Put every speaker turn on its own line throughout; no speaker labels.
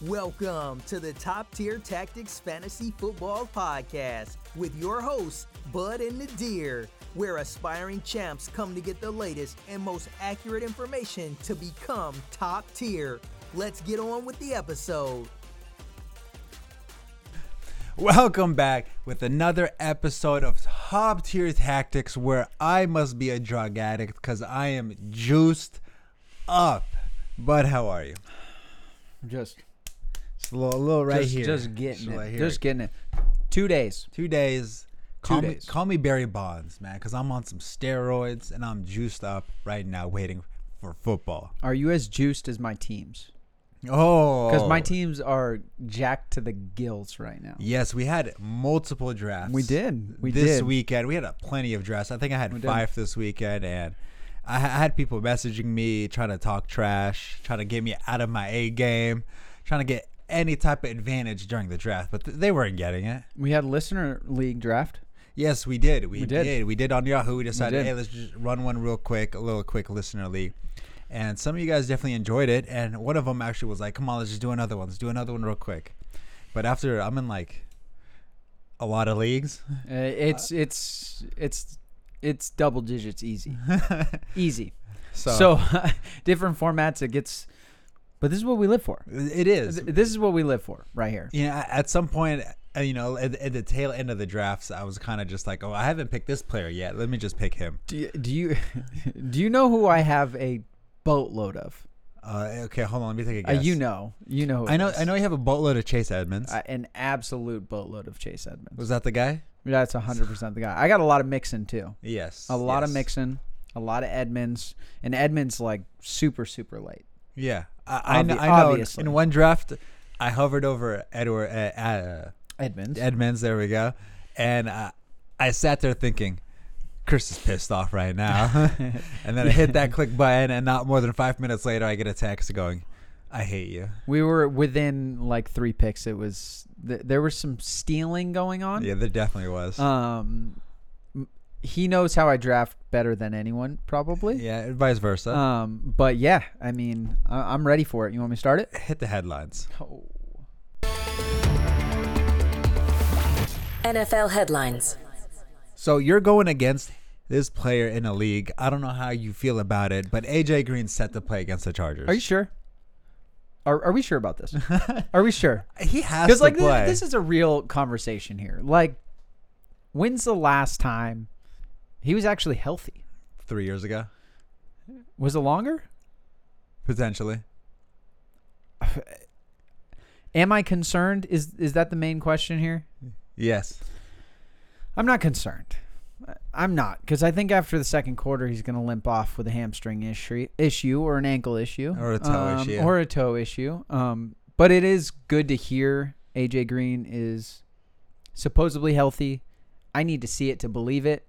Welcome to the Top Tier Tactics Fantasy Football Podcast with your hosts, Bud and Nadir, where aspiring champs come to get the latest and most accurate information to become top tier. Let's get on with the episode.
Welcome back with another episode of Top Tier Tactics where I must be a drug addict because I am juiced up. But how are you?
Just
Just a little, a little right
just,
here.
just getting
Right
it.
here.
Just getting it. Two days.
two days.
Two
call Me,
days.
call me Barry Bonds, man, because I'm on some steroids and I'm juiced up right now waiting for football.
Are you as juiced as my teams?
Oh.
Because my teams are jacked to the gills right now.
Yes, we had multiple drafts.
We did. We
this
did.
weekend. We had a plenty of drafts. I think I had
did.
five this weekend, and I ha- I had people messaging me trying to talk trash, trying to get me out of my A game, trying to get any type of advantage during the draft, but th- they weren't getting it.
We had listener league draft.
Yes, we did. We,
did.
did. We did on Yahoo. We decided,
did.
hey, let's just run one real quick, a little quick listener league. And some of you guys definitely enjoyed it. And one of them actually was like, come on, let's just do another one. Let's do another one real quick. But after, I'm in like a lot of leagues.
Uh, it's it's it's it's double digits easy, easy.
So,
So, different formats it gets, but this is what we live for.
it is.
Th- This is what we live for right here.
You know, at some point, uh, you know, at, at the tail end of the drafts, I was kind of just like, oh, I haven't picked this player yet. Let me just pick him.
Do you do you, do you know who I have a boatload of?
Uh, okay, hold on. Let me take a
Uh,
guess.
you know, you know. Who
I know,
It is.
I know you have a boatload of Chase Edmonds.
Uh, an absolute boatload of Chase Edmonds.
was that the guy?
That's 100% the guy. I got a lot of Mixon too.
Yes.
A lot of
yes.
Mixon, a lot of Edmonds, and Edmonds like super super late.
Yeah, I, I
Obvi-
know. I know. in-
obviously.
In one draft, I hovered over Edward uh, uh,
Edmonds.
Edmonds. There we go, and I, I sat there thinking, Chris is pissed off right now. and then I hit that click button, and not more than five minutes later, I get a text going, "I hate you."
we were within like 3 picks. It was th- there was some stealing going on.
Yeah, there definitely was.
Um m- he knows how I draft better than anyone probably.
yeah, and vice versa.
Um but yeah, I mean, I- I'm ready for it. You want me to start it?
hit the headlines.
oh.
NFL headlines.
So you're going against this player in a league. I don't know how you feel about it, but AJ Green set to play against the Chargers.
Are you sure? Are, are we sure about this? Are we sure?
He has
because
to
like thi-
play.
this is a real conversation here like when's the last time he was actually healthy
three years ago,
was it longer
potentially.
am i concerned is is that the main question here
Yes.
i'm not concerned I- i'm not because i think after the second quarter he's going to limp off with a hamstring issue issue or an ankle issue
Or a toe
um,
issue.
or a toe issue um but it is good to hear aj green is supposedly healthy I need to see it to believe it.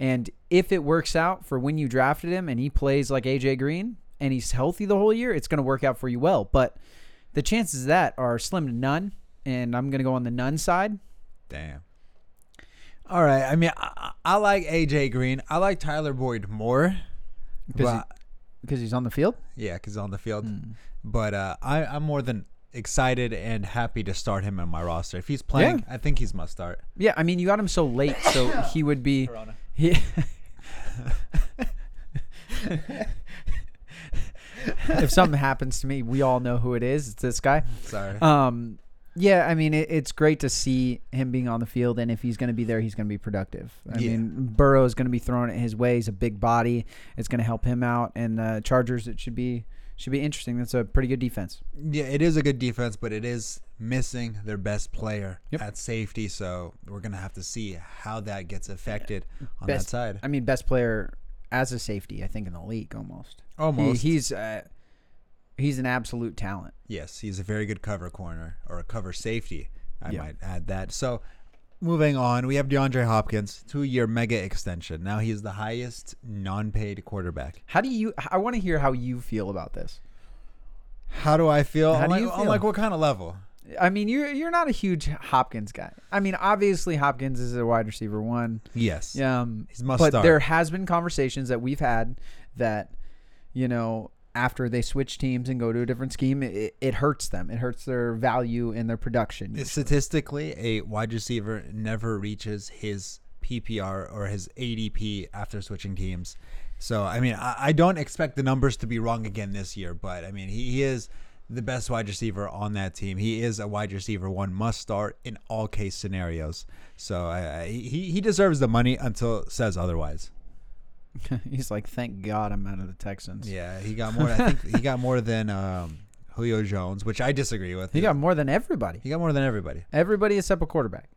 And if it works out for when you drafted him and he plays like AJ Green and he's healthy the whole year, it's going to work out for you well. But the chances of that are slim to none. And I'm going to go on the none side.
Damn. All right. I mean, I, I I like AJ Green. I like Tyler Boyd more.
Because
But,
he's on the field.
yeah, because on the field. But uh, I, I'm more than excited and happy to start him in my roster. If he's playing, I think he's must start.
Yeah, I mean, you got him so late, so he would be. He, if something happens to me, we all know who it is. It's this guy.
Sorry.
Um, yeah, I mean, it, it's great to see him being on the field, and if he's going to be there, he's going to be productive. I
Yeah.
mean, Burrow is going to be thrown at his way. He's a big body. It's going to help him out, and the Chargers. It should be should be interesting. That's a pretty good defense.
yeah, it is a good defense, but it is missing their best player at safety. So we're going to have to see how that gets affected on
Best
that side.
I mean, best player as a safety, I think, in the league almost. He-
Almost.
he's uh, he's an absolute talent.
Yes, he's a very good cover corner or a cover safety. I
Yeah.
might add that. So, moving on, we have DeAndre Hopkins, two-year mega extension. Now he's the highest non-paid quarterback.
How do you? I want to hear how you feel about this.
How do I feel?
How
I'm
do
like,
you
I'm
feel?
like, what kind of level?
I mean, you're you're not a huge Hopkins guy. I mean, obviously Hopkins is a wide receiver one.
Yes.
Um,
He's must
but
start.
there has been conversations that we've had that, you know, after they switch teams and go to a different scheme, it, it hurts them. It hurts their value and their production.
Statistically, a wide receiver never reaches his PPR or his ADP after switching teams. So, I mean, I, I don't expect the numbers to be wrong again this year, but I mean, he, he is the best wide receiver on that team. He is a wide receiver one must start in all case scenarios. So, I, I, he, he deserves the money until it says otherwise.
He's like, thank God I'm out of the Texans.
Yeah, he got more. I think he got more than um, Julio Jones, which I disagree with.
He got more than everybody.
he got more than everybody.
Everybody except a quarterback.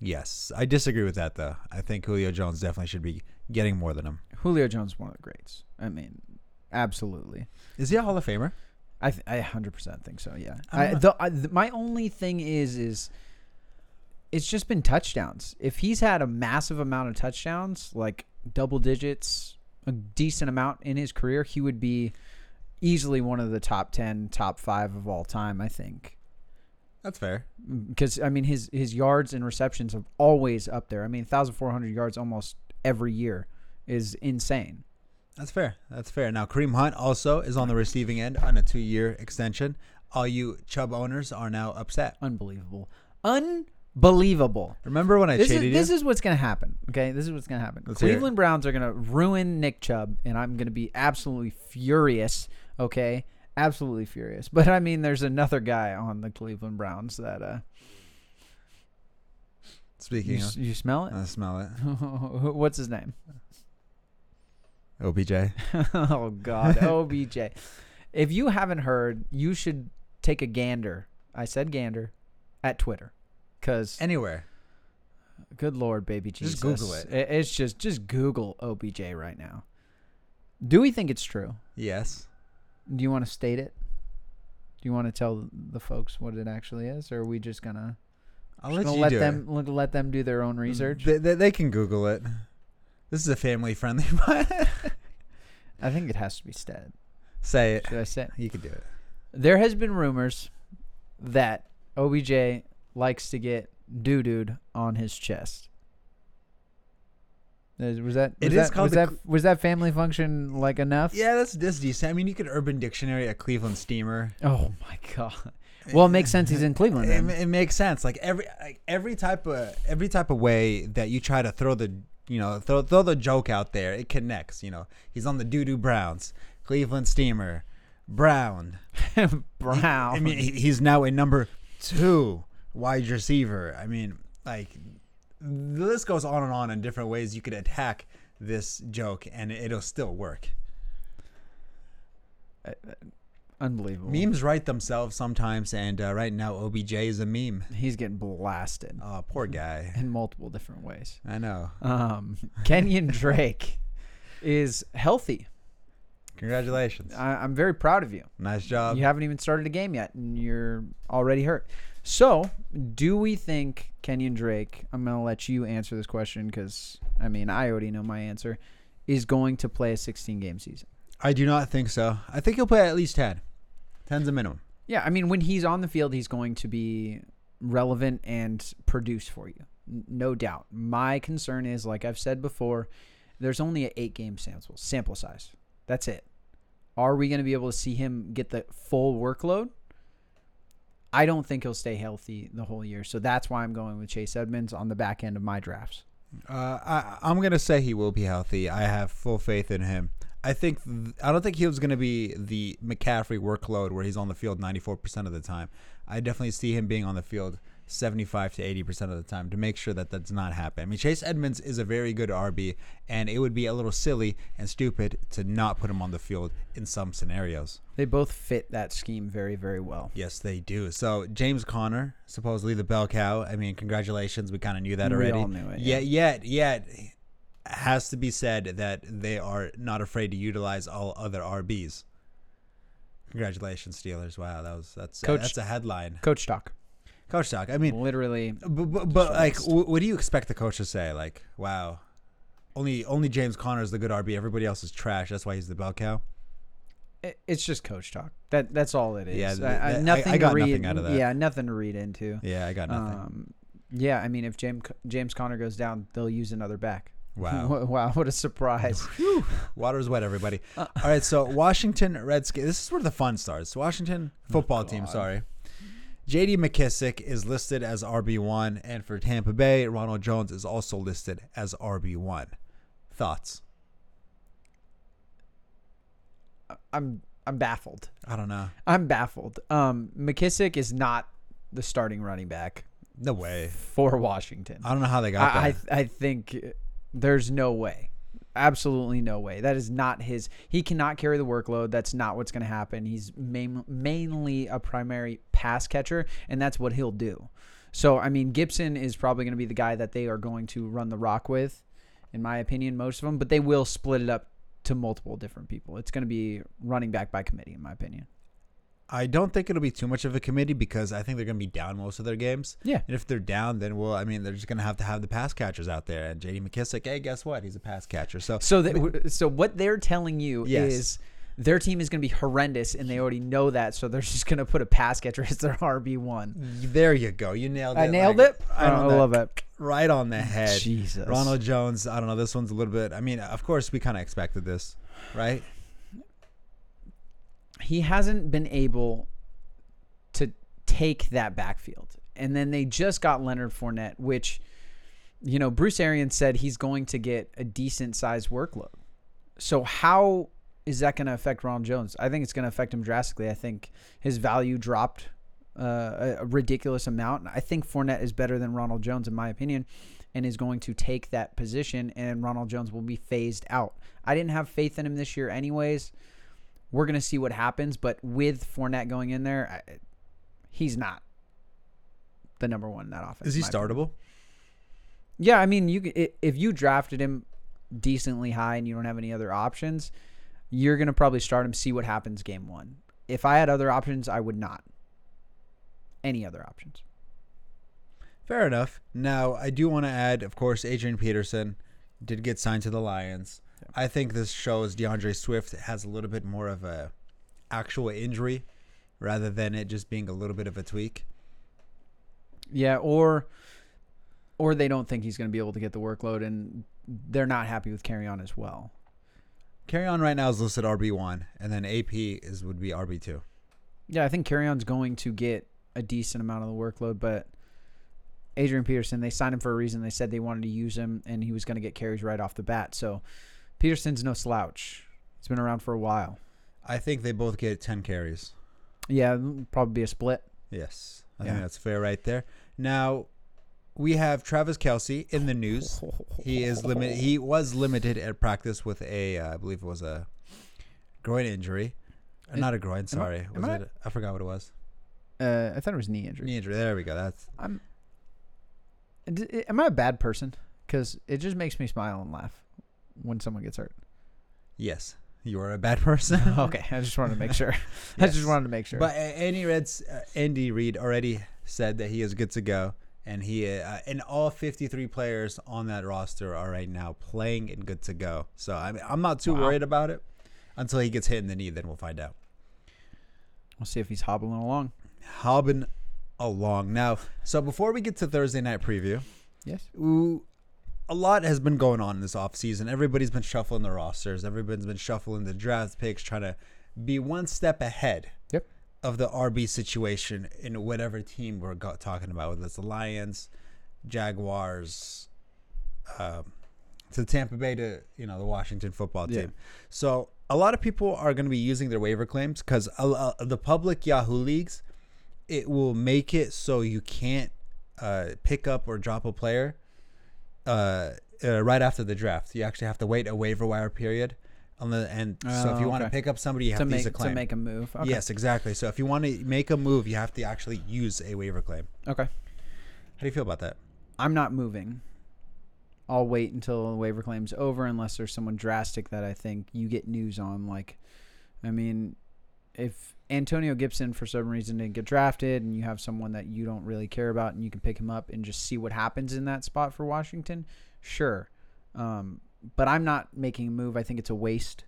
Yes, I disagree with that though. I think Julio Jones definitely should be getting more than him.
Julio Jones, one of the greats. I mean, absolutely.
Is he a Hall of Famer?
I th- I hundred percent think so. Yeah.
I
I,
don't
the, I, th my only thing is is it's just been touchdowns. If he's had a massive amount of touchdowns, like double digits, a decent amount in his career, he would be easily one of the top ten, top five of all time. I think
That's fair.
because I mean his his yards and receptions have always up there. I mean, thousand four hundred yards almost every year is insane.
That's fair. That's fair. Now Kareem Hunt also is on the receiving end on a two-year extension. All you Chubb owners are now upset.
Unbelievable. Unbelievable.
Remember when I
This is,
shaded
this
you?
is what's going to happen. Okay, this is what's going to happen.
Let's hear it.
Cleveland Browns are going to ruin Nick Chubb, and I'm going to be absolutely furious. Okay, absolutely furious. But I mean, there's another guy on the Cleveland Browns that uh, you,
Speaking,
s- you smell it.
of, I smell it.
what's his name?
OBJ.
oh God, OBJ. If you haven't heard, you should take a gander. I said gander at Twitter, because
Anywhere.
Good Lord, baby Jesus.
Just Google it.
I- It's just just Google OBJ right now. Do we think it's true?
Yes.
Do you want to state it? Do you want to tell the folks what it actually is, or are we just gonna,
I'll
just
let
gonna
you
let
do
them let, let them do their own
it.
research?
They, they, they can Google it. This is a family-friendly. pod.
I think it has to be said.
Say it.
Should I say?
You can do it.
There has been rumors that OBJ likes to get doo dooed on his chest. Is- Was that
It
was
is
that,
called
was
the
that was that family function like enough?
Yeah, that's, that's decent. I mean, you could Urban Dictionary a Cleveland steamer.
Oh my god. Well, it makes sense he's in Cleveland.
It,
Then.
it makes sense. Like every like every type of every type of way that you try to throw the you know throw throw the joke out there, it connects. You know, he's on the doo doo Browns, Cleveland Steamer, Brown.
Brown.
I mean, he- he's now a number two wide receiver. I mean, like the list goes on and on in different ways you could attack this joke and it'll still work.
Unbelievable.
Memes write themselves sometimes, and uh, right now OBJ is a meme.
He's getting blasted
Oh, poor guy.
in multiple different ways.
I know.
Um, Kenyon Drake is healthy.
Congratulations.
I, I'm very proud of you.
Nice job.
You haven't even started a game yet, and you're already hurt. So, do we think Kenyon Drake? I'm gonna let you answer this question because I mean I already know my answer. Is going to play a 16 game season.
I do not think so. I think he'll play at least 10. 10's a minimum.
Yeah, I mean, when he's on the field, he's going to be relevant and produce for you, n- no doubt. My concern is, like I've said before, there's only an eight game sample sample size. That's it. Are we going to be able to see him get the full workload? I don't think he'll stay healthy the whole year, so that's why I'm going with Chase Edmonds on the back end of my drafts.
Uh, I, I'm going to say he will be healthy. I have full faith in him. I think th- I don't think he was going to be the McCaffrey workload where he's on the field 94% of the time. I definitely see him being on the field 75 to 80% of the time to make sure that that does not happen. I mean, Chase Edmonds is a very good RB, and it would be a little silly and stupid to not put him on the field in some scenarios.
They both fit that scheme very, very well.
Yes, they do. So James Conner, supposedly the bell cow. I mean, congratulations. We kind of knew that
We
already.
all knew it,
Yet, yet, yet, has to be said that they are not afraid to utilize all other RBs. Congratulations, Steelers! Wow, that was that's uh,
Coach-
that's a headline.
Coach talk,
Coach talk. I mean,
literally.
but, but, but like,
Just-
wh- what do you expect the coach to say? Like, wow, only only James Conner is the good RB. Everybody else is trash. That's why he's the bell cow.
It- It's just coach talk. That that's all it is.
Yeah,
I-
th-
I,
that- I-
nothing.
I got
to read,
nothing out of that.
Yeah, nothing to read into.
Yeah, I got nothing.
Um, yeah, I mean, if James James Conner goes down, they'll use another back.
Wow.
Wha- wow, what a surprise.
Whew. Water's wet, everybody.
Uh.
All right, so Washington Redskins. This is where the fun starts. Washington football team,
Oh God.
sorry. J.D. McKissick is listed as RB1, and for Tampa Bay, Ronald Jones is also listed as RB1. Thoughts?
I'm I'm baffled.
I don't know.
I'm baffled. Um, McKissick is not the starting running back
No way.
for Washington.
I don't know how they got
I,
that.
I I think there's no way. Absolutely no way. That is not his. He cannot carry the workload. That's not what's going to happen. He's main, mainly a primary pass catcher, and that's what he'll do. So, I mean, Gibson is probably going to be the guy that they are going to run the rock with, in my opinion, most of them, but they will split it up to multiple different people. It's going to be running back by committee, in my opinion.
I, don't think it'll be too much of a committee because I think they're going to be down most of their games.
Yeah.
And if they're down, then well, I mean, they're just going to have to have the pass catchers out there. And J.D. McKissick, hey, guess what? He's a pass catcher. So,
So that so what they're telling you
Yes.
is their team is going to be horrendous, and they already know that. So they're just going to put a pass catcher as their RB one.
there you go. You nailed it.
I nailed
Like,
it.
right on the-
love it.
Right on the head.
Jesus.
Ronald Jones. I don't know. This one's a little bit. I mean, of course, we kind of expected this, right?
He hasn't been able to take that backfield, and then they just got Leonard Fournette, which you know Bruce Arians said he's going to get a decent sized workload. So how is that going to affect Ronald Jones? I think it's going to affect him drastically. I think his value dropped uh, a- a ridiculous amount. And I think Fournette is better than Ronald Jones in my opinion, and is going to take that position. And Ronald Jones will be phased out. I didn't have faith in him this year, anyways. We're going to see what happens, but with Fournette going in there, I, he's not the number one in that offense.
Is he
in my opinion.
startable?
Yeah, I mean, you c- i- if you drafted him decently high and you don't have any other options, you're gonna probably start him. See what happens game one. If I had other options, I would not. Any other options?
Fair enough. Now, I do want to add, of course, Adrian Peterson did get signed to the Lions. I think this shows DeAndre Swift has a little bit more of a actual injury rather than it just being a little bit of a tweak.
Yeah, or or they don't think he's gonna be able to get the workload, and they're not happy with carry on as well.
Carry on right now is listed RB one, and then AP is would be RB two.
Yeah, I think carry on's going to get a decent amount of the workload, but. Adrian Peterson, they signed him for a reason. They said they wanted to use him, and he was going to get carries right off the bat. So Peterson's no slouch. He's been around for a while.
I think they both get ten carries.
Yeah, probably be a split.
Yes, I
Yeah.
think that's fair right there. Now we have Travis Kelsey in the news. He is limited. He was limited at practice with a, uh, I believe it was a groin injury, Uh, not a groin. Sorry,
am
was
I-
it? I forgot what it was.
Uh, I thought it was knee injury.
Knee injury. There we go. That's
I'm. D- am I a bad person? Because it just makes me smile and laugh when someone gets hurt.
yes. You are a bad person.
okay, I just wanted to make sure. I
Yes.
just wanted to make sure.
But uh, Andy Red's uh, Andy Reid already said that he is good to go, and he uh, and all 53 players on that roster are right now playing and good to go. So I mean, I'm not too
Wow.
worried about it until he gets hit in the knee. Then we'll find out.
we'll see if he's hobbling along.
Hobbin along now. So before we get to Thursday night preview,
Yes.
ooh, a lot has been going on this offseason. Everybody's been shuffling the rosters. Everybody's been shuffling the draft picks, trying to be one step ahead
Yep.
of the RB situation in whatever team we're go- talking about, whether it's the Lions, Jaguars, um, to Tampa Bay to you know the Washington football team.
Yeah.
So a lot of people are going to be using their waiver claims because uh, the public Yahoo leagues, it will make it so you can't uh, pick up or drop a player uh, uh, right after the draft. You actually have to wait a waiver wire period. On the, and so if
Oh,
you want to
okay.
pick up somebody, you have
To
to use
make
a claim.
to make a move. Okay.
Yes, exactly. So if you want to make a move, you have to actually use a waiver claim.
Okay.
How do you feel about that?
I'm not moving. I'll wait until the waiver claim's over unless there's someone drastic that I think you get news on. Like, I mean, if Antonio Gibson for some reason didn't get drafted and you have someone that you don't really care about and you can pick him up and just see what happens in that spot for Washington, sure. Um, but I'm not making a move. I think it's a waste.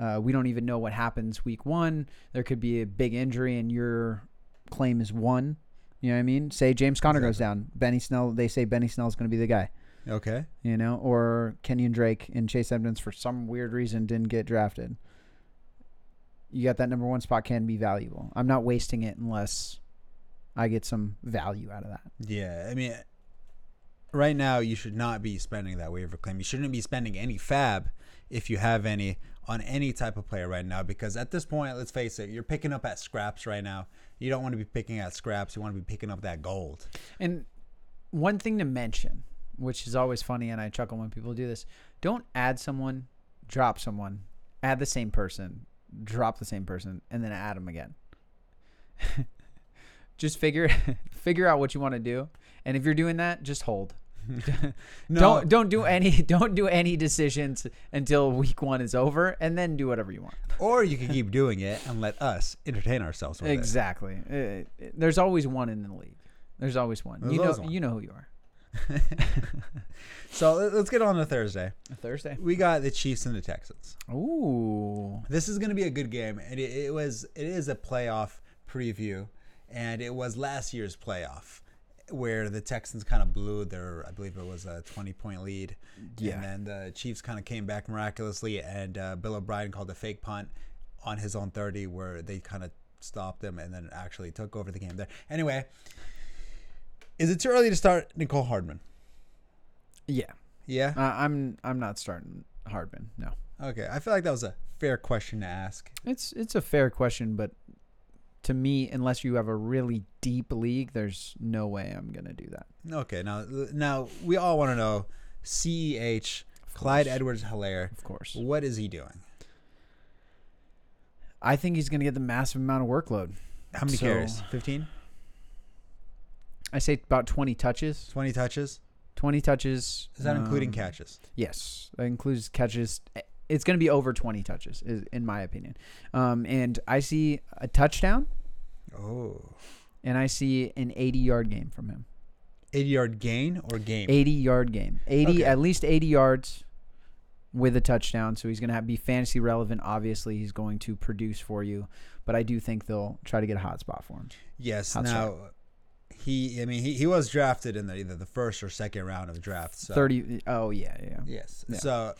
Uh, we don't even know what happens week one. There could be a big injury and your claim is one. You know what I mean? Say James Conner goes down. Benny Snell, they say Benny Snell's going to be the guy.
Okay.
you know, or Kenyon Drake and Chase Edmonds for some weird reason didn't get drafted. You got that number one spot can be valuable. I'm not wasting it unless I get some value out of that.
Yeah, I mean, right now you should not be spending that waiver claim. You shouldn't be spending any fab if you have any on any type of player right now because at this point, let's face it, you're picking up at scraps right now. You don't want to be picking at scraps. You want to be picking up that gold.
And one thing to mention, which is always funny, and I chuckle when people do this: don't add someone, drop someone, add the same person, drop the same person, and then add them again. just figure figure out what you want to do, and if you're doing that, just hold.
No,
Don't don't do any don't do any decisions until week one is over, and then do whatever you want.
or you can keep doing it and let us entertain ourselves with it.
Exactly. Uh, uh, there's always one in the league. There's always one.
There's
you know
always one.
you know who you are.
So let- let's get on to Thursday.
Thursday.
We got the Chiefs and the Texans.
Ooh.
This is going to be a good game, and it, it was it is a playoff preview, and it was last year's playoff where the Texans kind of blew their I believe it was a twenty point lead,
Yeah.
and then the Chiefs kind of came back miraculously, and uh, Bill O'Brien called a fake punt on his own thirty where they kind of stopped them and then actually took over the game there. Anyway, is it too early to start Nicole Hardman?
Yeah.
Yeah.
Uh, I'm I'm not starting Hardman. No,
Okay. I feel like that was a fair question to ask.
it's it's a fair question, but to me, unless you have a really deep league, there's no way I'm gonna do that.
Okay, now now we all want to know CEH Clyde Edwards Hilaire.
Of course,
What is he doing?
I think he's gonna get the massive amount of workload.
How many
So-
carries? 15?
I say about 20 touches.
20 touches?
20 touches.
Is that including
um,
catches?
Yes, that includes catches. Eh, It's going to be over 20 touches, is, in my opinion. Um, and I see a touchdown,
Oh.
and I see an 80 yard game from him.
80 yard gain or game?
80 yard game. 80
Okay.
at least 80 yards with a touchdown. So he's going to be fantasy relevant. Obviously, he's going to produce for you, but I do think they'll try to get a hot spot for him.
Yes.
Hot
now he I mean he, he was drafted in the, either the first or second round of the draft. So
30 Oh yeah, yeah.
Yes.
Yeah.
So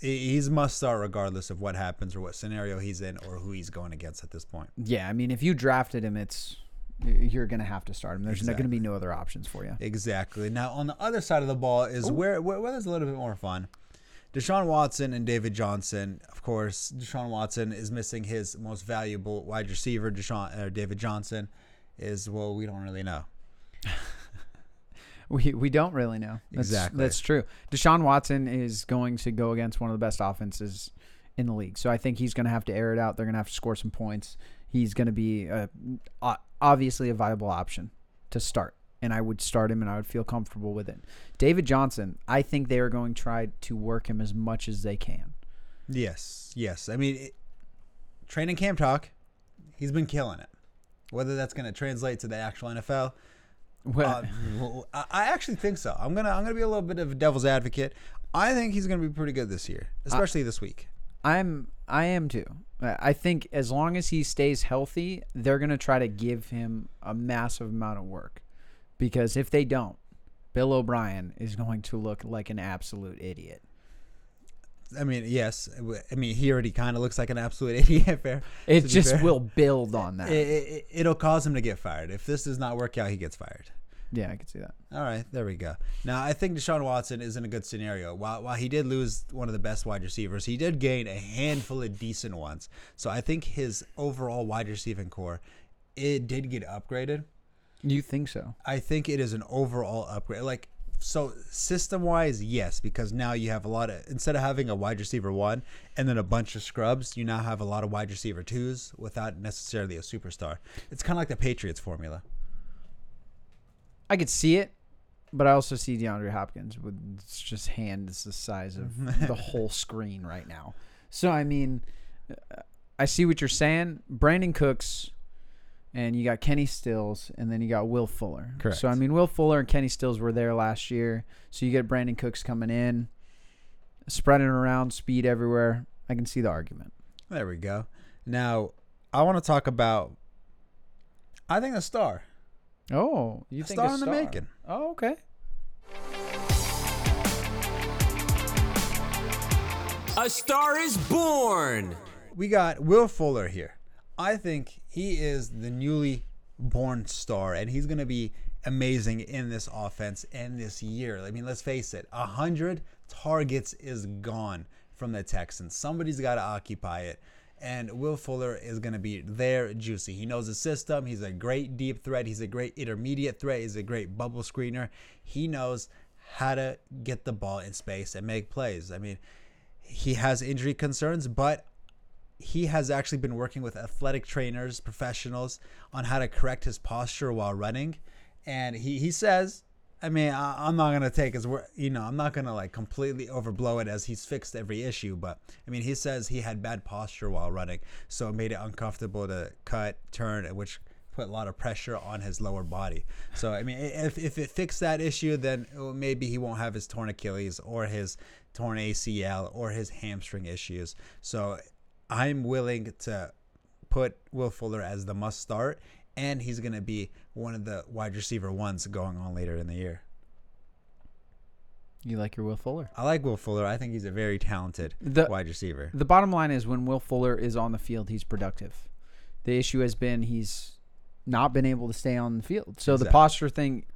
he- he's must start regardless of what happens or what scenario he's in or who he's going against at this point.
Yeah, I mean if you drafted him, it's you're going to have to start him. There's not going to be no other options for you.
Exactly. Now on the other side of the ball is where where, where there's a little bit more fun. Deshaun Watson and David Johnson. Of course, Deshaun Watson is missing his most valuable wide receiver. Deshaun or David Johnson is well, we don't really know.
We we don't really know. That's,
Exactly.
That's true. Deshaun Watson is going to go against one of the best offenses in the league. So I think he's going to have to air it out. They're going to have to score some points. He's going to be a, o- obviously a viable option to start. And I would start him and I would feel comfortable with it. David Johnson, I think they are going to try to work him as much as they can.
Yes, yes. I mean, it, training camp talk. He's been killing it. Whether that's going to translate to the actual NFL,
Well,
Uh, well, I I actually think so. I'm gonna I'm gonna be a little bit of a devil's advocate. I think he's gonna be pretty good this year, especially this week.
I'm I am too. I I think as long as he stays healthy, they're going to try to give him a massive amount of work because if they don't, Bill O'Brien is going to look like an absolute idiot.
I mean, yes. I mean, he already kind of looks like an absolute idiot. Fair. to
It
be
just
fair.
will build on that.
It, it, it'll cause him to get fired if this does not work out. He gets fired.
yeah, I can see that.
All right, there we go. Now I think Deshaun Watson is in a good scenario. While while he did lose one of the best wide receivers, he did gain a handful of decent ones. So I think his overall wide receiving core, it did get upgraded.
You think so?
I think it is an overall upgrade. Like so system wise, yes, because now you have a lot of instead of having a wide receiver one and then a bunch of scrubs, you now have a lot of wide receiver twos without necessarily a superstar. It's kind of like the Patriots formula.
I could see it, but I also see DeAndre Hopkins with it's just hand is the size of the whole screen right now. So I mean, uh, I see what you're saying. Brandon Cooks, and you got Kenny Stills, and then you got Will Fuller.
Correct.
So I mean, Will Fuller and Kenny Stills were there last year. So you get Brandon Cooks coming in, spreading around, speed everywhere. I can see the argument.
There we go. Now I want to talk about. I think a star,
Oh, you
a star in the making.
Oh, okay.
A Star is Born.
We got Will Fuller here. I think he is the newly born star, and he's going to be amazing in this offense and this year. I mean, let's face it, 100 targets is gone from the Texans. Somebody's got to occupy it. And Will Fuller is going to be there juicy. He knows the system. He's a great deep threat. He's a great intermediate threat. He's a great bubble screener. He knows how to get the ball in space and make plays. I mean, he has injury concerns, but he has actually been working with athletic trainers, professionals on how to correct his posture while running. And he, he says, I mean, I, I'm not gonna take his word. You know, I'm not gonna like completely overblow it as he's fixed every issue. But I mean, he says he had bad posture while running, so it made it uncomfortable to cut, turn, and which put a lot of pressure on his lower body. So I mean, i- if if it fixed that issue, then oh, maybe he won't have his torn Achilles or his torn ACL or his hamstring issues. So I'm willing to put Will Fuller as the must start, and he's going to be one of the wide receiver ones going on later in the year.
You like your Will Fuller.
I like Will Fuller. I think he's a very talented
The-
wide receiver.
The bottom line is when Will Fuller is on the field, he's productive. The issue has been he's not been able to stay on the field. So the
Exactly.
posture thing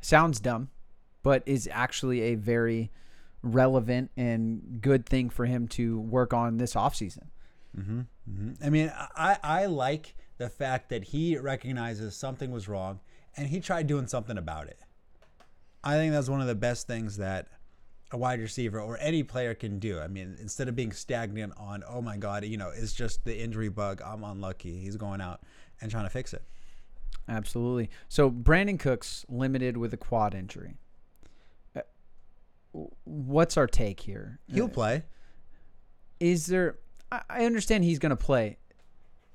sounds dumb, but is actually a very relevant and good thing for him to work on this offseason.
Mhm. I mean, I, I like the fact that he recognizes something was wrong and he tried doing something about it. I think that's one of the best things that a wide receiver or any player can do. I mean, instead of being stagnant on, oh my God, you know, it's just the injury bug, I'm unlucky, he's going out and trying to fix it.
Absolutely. So Brandon Cooks limited with a quad injury. Uh, w- What's our take here?
He'll play.
is there I- I understand he's going to play.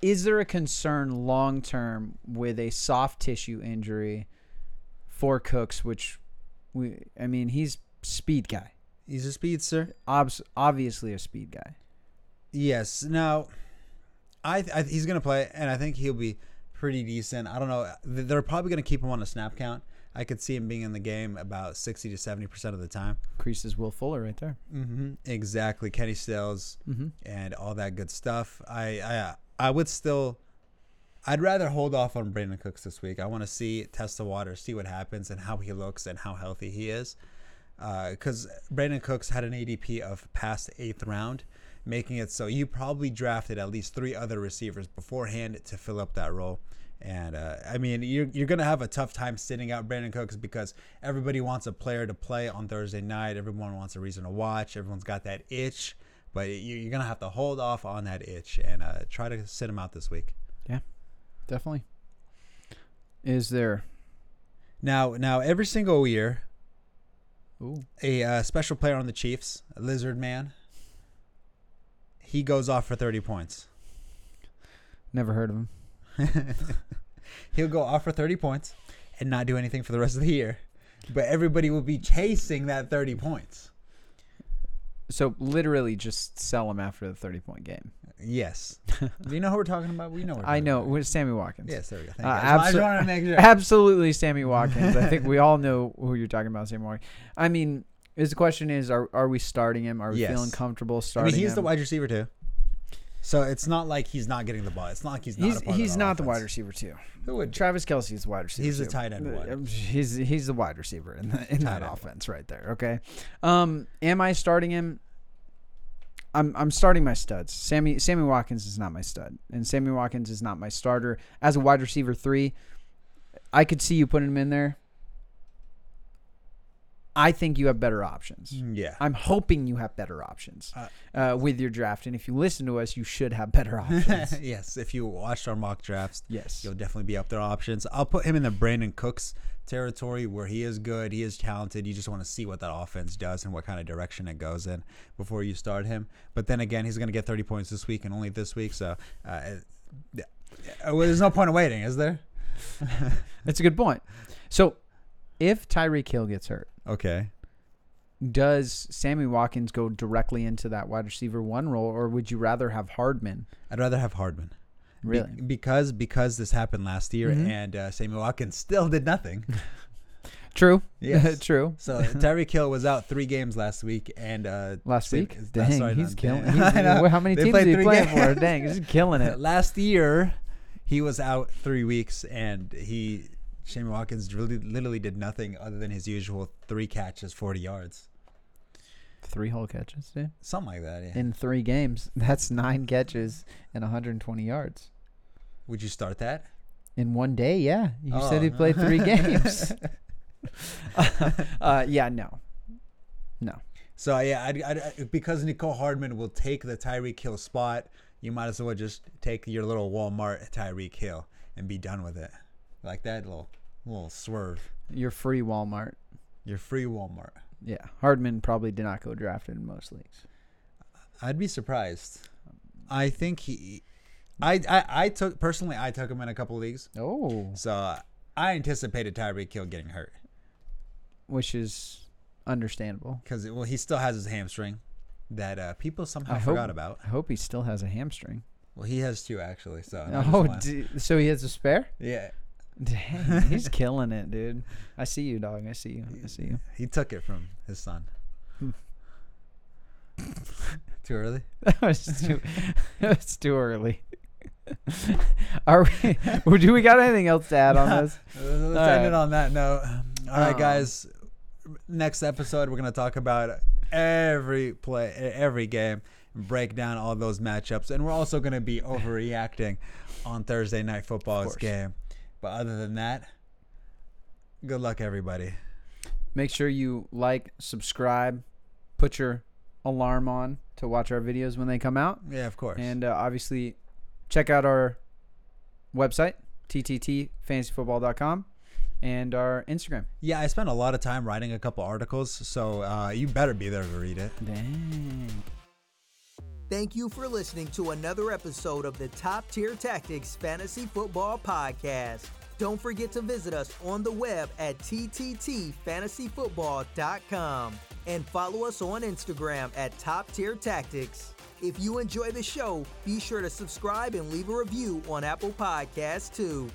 Is there a concern long term with a soft tissue injury for Cooks which we I mean he's speed guy.
He's a speedster.
Obs- obviously a speed guy.
Yes. Now, I, I he's gonna play, and I think he'll be pretty decent. I don't know. Th- They're probably gonna keep him on a snap count. I could see him being in the game about sixty to seventy percent of the time.
Creases Will Fuller right there.
Mm-hmm. Exactly, Kenny Stills and all that good stuff. I uh, I I would still. I'd rather hold off on Brandon Cooks this week. I want to see test the water, see what happens, and how he looks and how healthy he is. Because Uh, Brandon Cooks had an ADP of past eighth round, making it so you probably drafted at least three other receivers beforehand to fill up that role. And uh, I mean, you're, you're going to have a tough time sitting out Brandon Cooks because everybody wants a player to play on Thursday night. Everyone wants a reason to watch. Everyone's got that itch, but you, you're going to have to hold off on that itch and uh, try to sit him out this week.
Definitely. Is there
Now, now every single year,
Ooh.
a uh, special player on the Chiefs, a lizard man, he goes off for 30 points.
Never heard of him.
He'll go off for 30 points and not do anything for the rest of the year, but everybody will be chasing that 30 points.
So literally just sell him after the 30 point game.
Yes. do you know who we're talking about? We know. who we're
I
talking
know
about.
with Sammy Watkins.
Yes, there we go. Thank
Uh,
you. I just
abso-
wanted to make sure.
Absolutely, Sammy Watkins. I think we all know who you're talking about, Sammy Watkins. I mean, is the question is, are are we starting him? Are we
Yes.
feeling comfortable
I
starting?
mean, he's
him?
the wide receiver too. So it's not like he's not getting the ball. It's not like he's not.
He's
a part of
he's
that
not the
offense.
wide receiver too.
Who would?
Travis Kelsey is the wide receiver.
He's
too.
the tight end
Uh,
one.
He's he's the wide receiver in, the, in that
end.
offense right there. Okay, um, am I starting him? I'm I'm starting my studs. Sammy Sammy Watkins is not my stud, and Sammy Watkins is not my starter as a wide receiver three. I could see you putting him in there. I think you have better options.
Mm, yeah.
I'm hoping you have better options uh, with your draft, and if you listen to us, you should have better options.
yes, if you watched our mock drafts,
Yes.
you'll definitely be up their options. I'll put him in the Brandon Cooks territory where he is good, he is talented. You just want to see what that offense does and what kind of direction it goes in before you start him. But then again, he's going to get 30 points this week and only this week, so uh, yeah. uh, well, there's no point in waiting, is there?
That's a good point. So, if Tyreek Hill gets hurt,
Okay.
does Sammy Watkins go directly into that wide receiver one role, or would you rather have Hardman?
I'd rather have Hardman. Be-
Really?
because because this happened last year and uh, Samuel Watkins still did nothing.
True.
Yes.
True.
So Tyreek Hill was out three games last week, and uh,
Last
Sim-
week,
uh,
dang,
sorry,
he's
not-
killing.
I
He's,
know.
how many
They
teams
played
are you
three
playing for?
games.
Dang, he's killing it.
Last year, he was out three weeks, and he Shane Watkins really literally did nothing other than his usual three catches, forty yards,
Three whole catches, dude.
something like that. Yeah.
In three games, that's nine catches and 120 yards
Would you start that?
in one day. Yeah, you
Oh,
said he
no.
played three games. uh, yeah, no, no.
So yeah, I'd, I'd, I- because Nicole Hardman will take the Tyreek Hill spot, you might as well just take your little Walmart Tyreek Hill and be done with it, like that little little swerve.
Your free Walmart.
Your free Walmart.
Yeah, Hardman probably did not go drafted in most leagues.
I'd be surprised. I think he. I, I, I took personally I took him in a couple leagues,
Oh,
so I anticipated Tyreek Hill getting hurt
which is understandable.
because well he still has his hamstring that uh, people somehow
I hope-
forgot about.
I hope he still has a hamstring.
Well, he has two actually, so not just
Oh,
one.
d- so he has a spare?
yeah,
Dang, he's killing it, dude. I see you, dog. I see you. I see you.
he took it from his son.
hmm.
Too early.
That was too. that was too early. Are we? well, Do we got anything else to add on this?
Let's end
right.
it on that note. All right,
Um,
guys. Next episode, we're gonna talk about every play, every game, break down all those matchups, and we're also gonna be overreacting on Thursday night football's
course.
game. But other than that, good luck, everybody.
Make sure you like, subscribe, put your alarm on to watch our videos when they come out,
Yeah, of course.
and uh, obviously check out our website tttfantasyfootball.com and our Instagram.
yeah, I spent a lot of time writing a couple articles, so uh, you better be there to read it.
Dang.
Thank you for listening to another episode of the Top Tier Tactics Fantasy Football Podcast. Don't forget to visit us on the web at tttfantasyfootball.com and follow us on Instagram at Top Tier Tactics. If you enjoy the show, be sure to subscribe and leave a review on Apple Podcasts too.